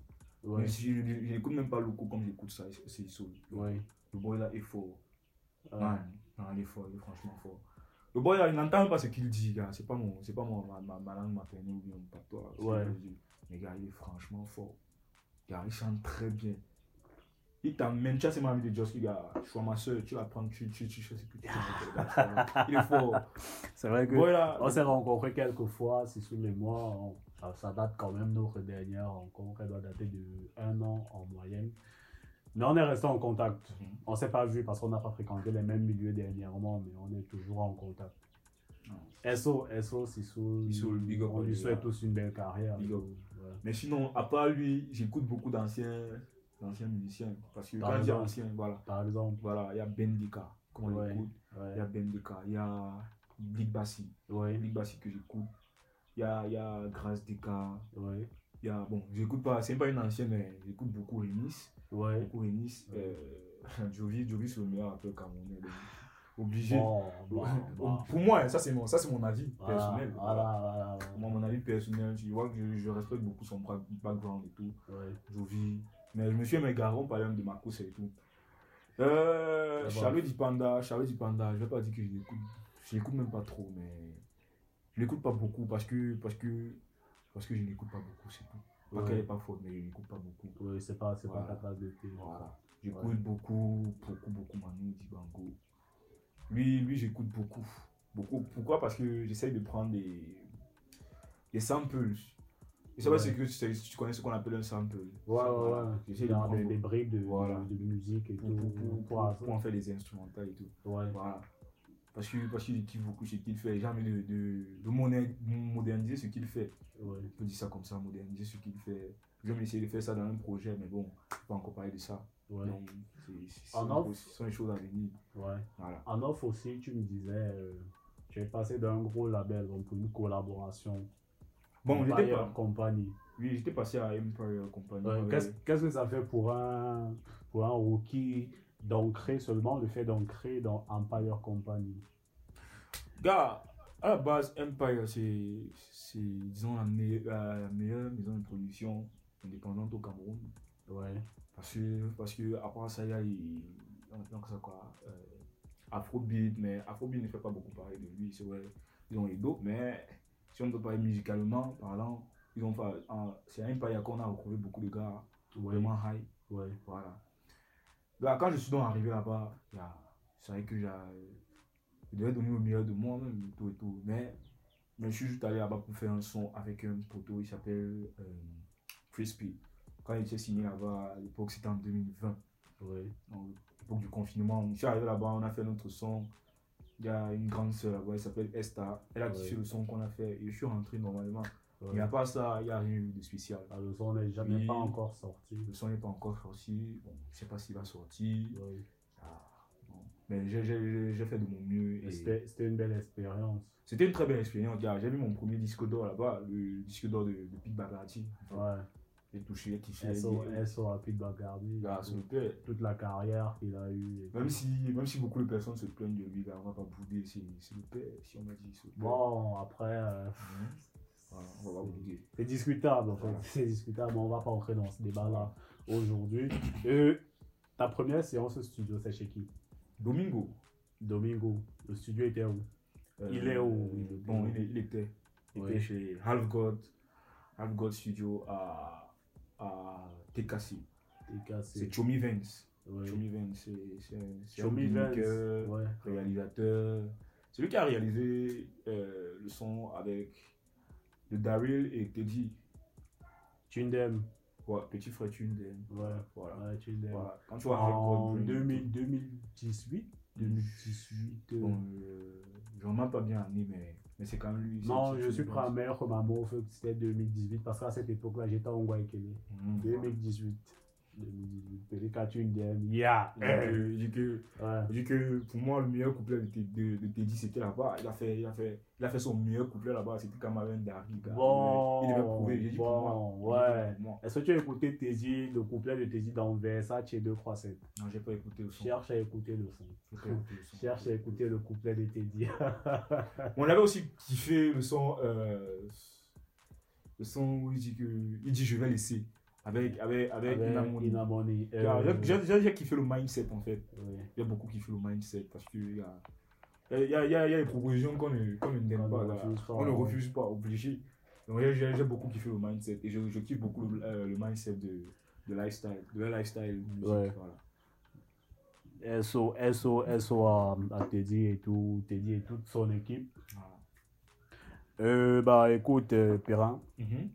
Ouais, Mais si je je- je n'écoute même pas Loco comme j'écoute Saïs- Saïsoul. ouais. Le boy là est fort. Euh, Non, non, il est fort, il est franchement fort. Le boy, là, il n'entend pas ce qu'il dit, gars. C'est pas, mon, c'est pas mon, ma, ma, ma langue maternelle ou bien mon patois. c'est Ouais. ce que je dis. Mais gars, il est franchement fort. Gars, il chante très bien. Il t'amène, tu as ma vie de Joski, gars. Je suis ma soeur, tu vas prendre, tu, tu, tu, sais ce que tu fais. Il est fort. Ah, C'est vrai Le que boy, là, on s'est rencontrés quelques fois, c'est sous les mois. on- ça, ça date quand même notre dernière rencontre, elle doit dater de un an en moyenne. Mais on est resté en contact. Mhm. On s'est pas vu parce qu'on n'a pas fréquenté les mêmes milieux dernièrement, mais on est toujours en contact. Ah. SO, SO, Sissou, Sissou, le big up, on on est lui souhaite là. tous une belle carrière. Big up. Ouais. Mais sinon, à part lui, j'écoute beaucoup d'anciens l'ancien musicien. Parce que Par quand il y a exemple. ancien, voilà, Par exemple. voilà, il y a Bendika, qu'on Ouais. écoute, il y Ouais. a Bendika, il y a Big Bassi, Ouais. Big Bassi que j'écoute, il y a, il y a Grace Deka, Ouais. il y a, bon, j'écoute pas, c'est pas une ancienne, mais j'écoute beaucoup Renis, Ouais. beaucoup Renis, euh, Jovi, Jovi c'est le meilleur rappeur camerounais, donc, obligé. Bon, bon, bon. Pour moi, ça c'est mon, ça, c'est mon avis Voilà, personnel. voilà. Voilà, voilà, Pour Moi, mon avis personnel, tu vois que je, je respecte beaucoup son bra- background et tout. voilà. Ouais. Jovi. Mais monsieur Megaron, par exemple, de Marcos et tout. Euh, D'abord. Charlie Dipanda, Charlie Dipanda, je vais pas dire que je l'écoute. Je l'écoute même pas trop, mais je l'écoute pas beaucoup parce que, parce que, parce que je n'écoute pas beaucoup, c'est tout. Pas qu'elle est Ouais. pas forte, mais je n'écoute pas beaucoup. Ouais, c'est pas, c'est pas Voilà. ta tasse de thé. Voilà. J'écoute Ouais. beaucoup, beaucoup, beaucoup Manu Dibango. Lui, lui j'écoute beaucoup. Beaucoup. Pourquoi Parce que j'essaye de prendre des, des samples. Je sais Ouais. pas si que- si tu connais ce qu'on appelle un sample. Ouais, Ça, ouais, voilà. ouais. J'essaie de Genre prendre des, des bribes de, Voilà. de, de musique et pour, pour, tout. pour, pour, pour en faire des instrumentales et tout. ouais. Voilà. Parce que, parce que je kiffe beaucoup ce qu'il fait. J'ai envie de, de, de moné- moderniser ce qu'il fait. ouais. On peut dire ça comme ça, moderniser ce qu'il fait. Je vais essayer de faire ça dans un projet, mais bon, je peux pas encore parler de ça. ouais. Donc, c'est- c'est- En c'est- off. ce sont les choses à venir. ouais. Voilà. En off aussi, tu me disais, euh, tu es passé d'un gros label donc pour une collaboration. Bon, j'étais Empire pas. Company. Oui, j'étais passé à Empire Company. Ouais, Ouais. Qu'est-ce qu'est-ce que ça fait pour un, pour un rookie d'ancrer seulement le fait d'ancrer dans Empire Company Gars, à la base, Empire, c'est, c'est disons, la, me- la- la meilleure maison de production indépendante au Cameroun. Ouais, Parce que, parce que après ça, il y a les. on- on- ça quoi, euh, Afrobeat, mais Afrobeat ne fait pas beaucoup parler de lui, c'est vrai. Ils ont les dos, mais si on peut parler musicalement, parlant, ils ont pas. en- C'est à Empire qu'on a retrouvé beaucoup de gars ouais, vraiment high. ouais, Voilà. Là, quand je suis donc arrivé là-bas, il y a- c'est vrai que j'ai- je devais donner le meilleur de moi-même et tout et tout. Mais, mais je suis juste allé là-bas pour faire un son avec un poteau, il s'appelle euh, Crispy. Quand il était signé là-bas, à l'époque, c'était en 2020. ouais, Donc, l'époque du confinement, je suis arrivé là-bas, on a fait notre son. Il y a une grande sœur là-bas, elle s'appelle Esther. Elle a Ouais. kiffé le son qu'on a fait et je suis rentré normalement. ouais. Et à part ça, il n'y a rien eu de spécial. La leçon n'est jamais Oui. pas encore sorti. Le son n'est pas encore sorti. Bon, je ne sais pas s'il va sortir. Ouais. Ah, bon. Mais j'ai- j'ai j'ai fait de mon mieux. Et et C'était c'était une belle expérience. C'était une très belle expérience, gars. J'ai vu mon premier disque d'or là-bas, le disque d'or de, de Pete Bagatti. Ouais. J'ai touché, j'ai kiffé. SO, j'ai- SO Rapid Bacardi. Gars, s'il vous plaît. Toute la carrière qu'il a eue. et Ah, Même tout. si, même si beaucoup de personnes se plaignent de lui, gars, on va pas bouder. C'est c'est le père, si on m'a dit. c'est le père. Bon, après, euh, Hein. Voilà, on va pas bouder. c'est discutable en fait. Voilà. C'est discutable, on va pas entrer dans ce débat-là aujourd'hui. Euh, ta première séance au studio, c'est chez qui Domingo. Domingo, le studio était où euh, Il est où, il est où Bon, il, est- il était. Il Ouais. était chez Half God, Half God Studio à, à Tekassi. T'es cassé. C'est Chomi Vance. Ouais. Chomi Vance, c'est- c'est un- c'est un Chomi Vance. beatmaker, Ouais. réalisateur. C'est lui qui a réalisé euh, le son avec le Daryl et Teddy. Tundem. Ouais, petit frère Tune. Ouais. Voilà. Ouais, Tundem. voilà. Quand tu vois En Hard God Brain, 2000 2018 2018. euh, Bon, euh, je remarque pas bien l'année, mais, mais c'est quand même lui. c'est- Non, c'est je Chomi suis prêt à Vance. mettre ma main au feu que c'était 2018 parce qu'à cette époque-là, j'étais en Guayaquil. Mmh, voilà. 2018. 2018. Pelicature DM. Yeah! Ouais. Euh, j'ai que- j'ai que pour moi, le meilleur couplet de, Te- de- de Teddy, c'était là-bas. Il a, fait, il, a fait, il a fait son meilleur couplet là-bas. C'était Cameron Daryl. gars. Bon, il devait prouver. J'ai dit pour moi. bon, J'ai dit ouais. pour moi. Est-ce que tu as écouté Teddy, le couplet de Teddy dans Versace 237 Non, j'ai pas écouté le son. Cherche à écouter le son. J'ai pas écouté le son. Cherche à écouter le couplet de Teddy. On avait aussi kiffé le son, euh, le son où il dit que il dit je vais laisser avec avec avec, Avec Inamoni. Inamoni. Euh, Gars, j'ai- J'ai déjà j'ai kiffé le mindset en fait. ouais. J'ai beaucoup kiffé le mindset parce que il y a il y a, il y a- il y a des propositions qu'on ne qu'on ne Qu'on donne ne pas, là. refuse pas, on ne ouais. refuse pas, obligé. Donc j'ai- j'ai j'ai beaucoup kiffé le mindset et je, je kiffe beaucoup le, euh, le mindset de, de lifestyle, de la lifestyle musique, Ouais. voilà. SO, SO, SO à, à Teddy et tout. Teddy et toute son équipe. Voilà. Euh, bah écoute, euh, Perrin, Mhm.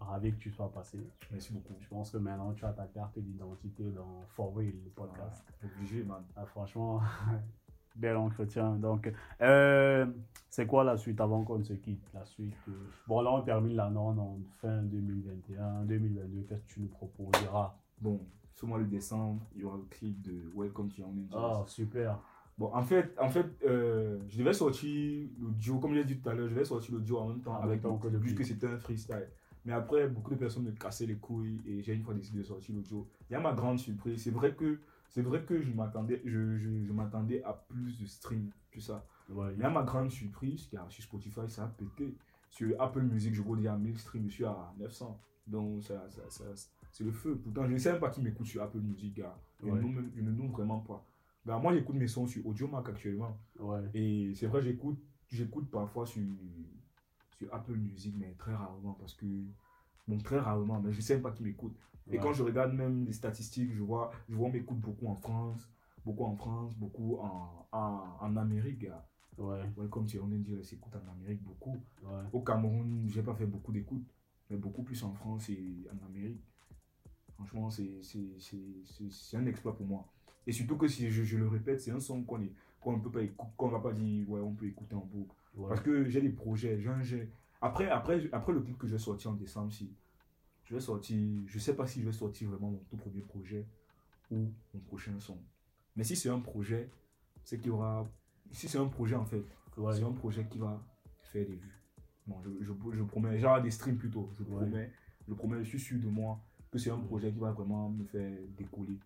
ravi que tu sois passé. Merci beaucoup. Je pense que maintenant tu as ta carte d'identité dans For Real, le podcast. Voilà. Obligé man. Ah, franchement, bel entretien. Donc, euh, c'est quoi la suite avant qu'on se quitte La suite. euh, Bon, là, on termine la norme en fin 2021, 2022. Qu'est-ce que tu nous proposeras Bon, ce mois de décembre, il y aura le clip de Welcome to Young Ninjas. Oh, super. Bon, en fait, en fait euh, je devais sortir le duo, comme j'ai dit tout à l'heure, je devais sortir le duo en même temps En même avec temps que le le vu clip. que c'était un freestyle. Mais après, beaucoup de personnes me cassaient les couilles et j'ai une fois décidé de sortir le duo. Il y a ma grande surprise. C'est vrai que, c'est vrai que je m'attendais, je, je, je m'attendais à plus de streams, tout ça. Ouais, Il y a ma grande surprise, car sur Spotify, ça a pété. Sur Apple Music, je crois déjà 1000 streams, je suis à 900. Donc, ça, ça, ça, c'est le feu. Pourtant, je ne sais même pas qui m'écoute sur Apple Music, gars. Je, Ouais. ne nomme- je ne nomme vraiment pas. Gars, moi, j'écoute mes sons sur AudioMac actuellement. ouais. Et c'est vrai, j'écoute, j'écoute parfois sur, sur Apple Music, mais très rarement parce que. Bon, très rarement, mais je ne sais même pas qui m'écoute. Et ouais. quand je regarde même les statistiques, je vois, je vois on m'écoute beaucoup en France, beaucoup en France, beaucoup en, en, en Amérique, gars. Ouais, Welcome to Young Angels s'écoute en Amérique beaucoup. ouais. Au Cameroun, j'ai pas fait beaucoup d'écoutes, mais beaucoup plus en France et en Amérique. Franchement, c'est c'est- c'est- c'est- c'est un exploit pour moi. Et surtout que si je, je le répète, c'est un son qu'on est- qu'on ne peut pas écouter, qu'on va pas dire ouais on peut écouter en boucle. ouais. Parce que j'ai des projets, j'ai un j'ai- Après, après, après le clip que je vais sortir en décembre, si je vais sortir, je sais pas si je vais sortir vraiment mon tout premier projet ou mon prochain son. Mais si c'est un projet, c'est qu'il y aura. Si c'est un projet en fait, ouais. c'est un projet qui va faire des vues. Bon, je, je, je promets, genre des streams plutôt. Je Ouais. promets, je promets, je suis sûr de moi que c'est un Ouais. projet qui va vraiment me faire décoller.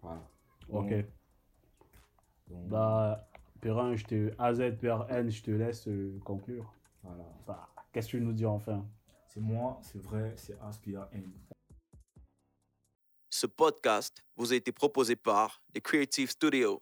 Voilà. Ok. Donc, Bah, Perrin, je te. AZ, Perrin, je te laisse euh, conclure. voilà. Enfin, qu'est-ce que tu nous dis enfin C'est moi, c'est vrai, c'est Aspia N. Ce podcast vous a été proposé par The Creative Studio.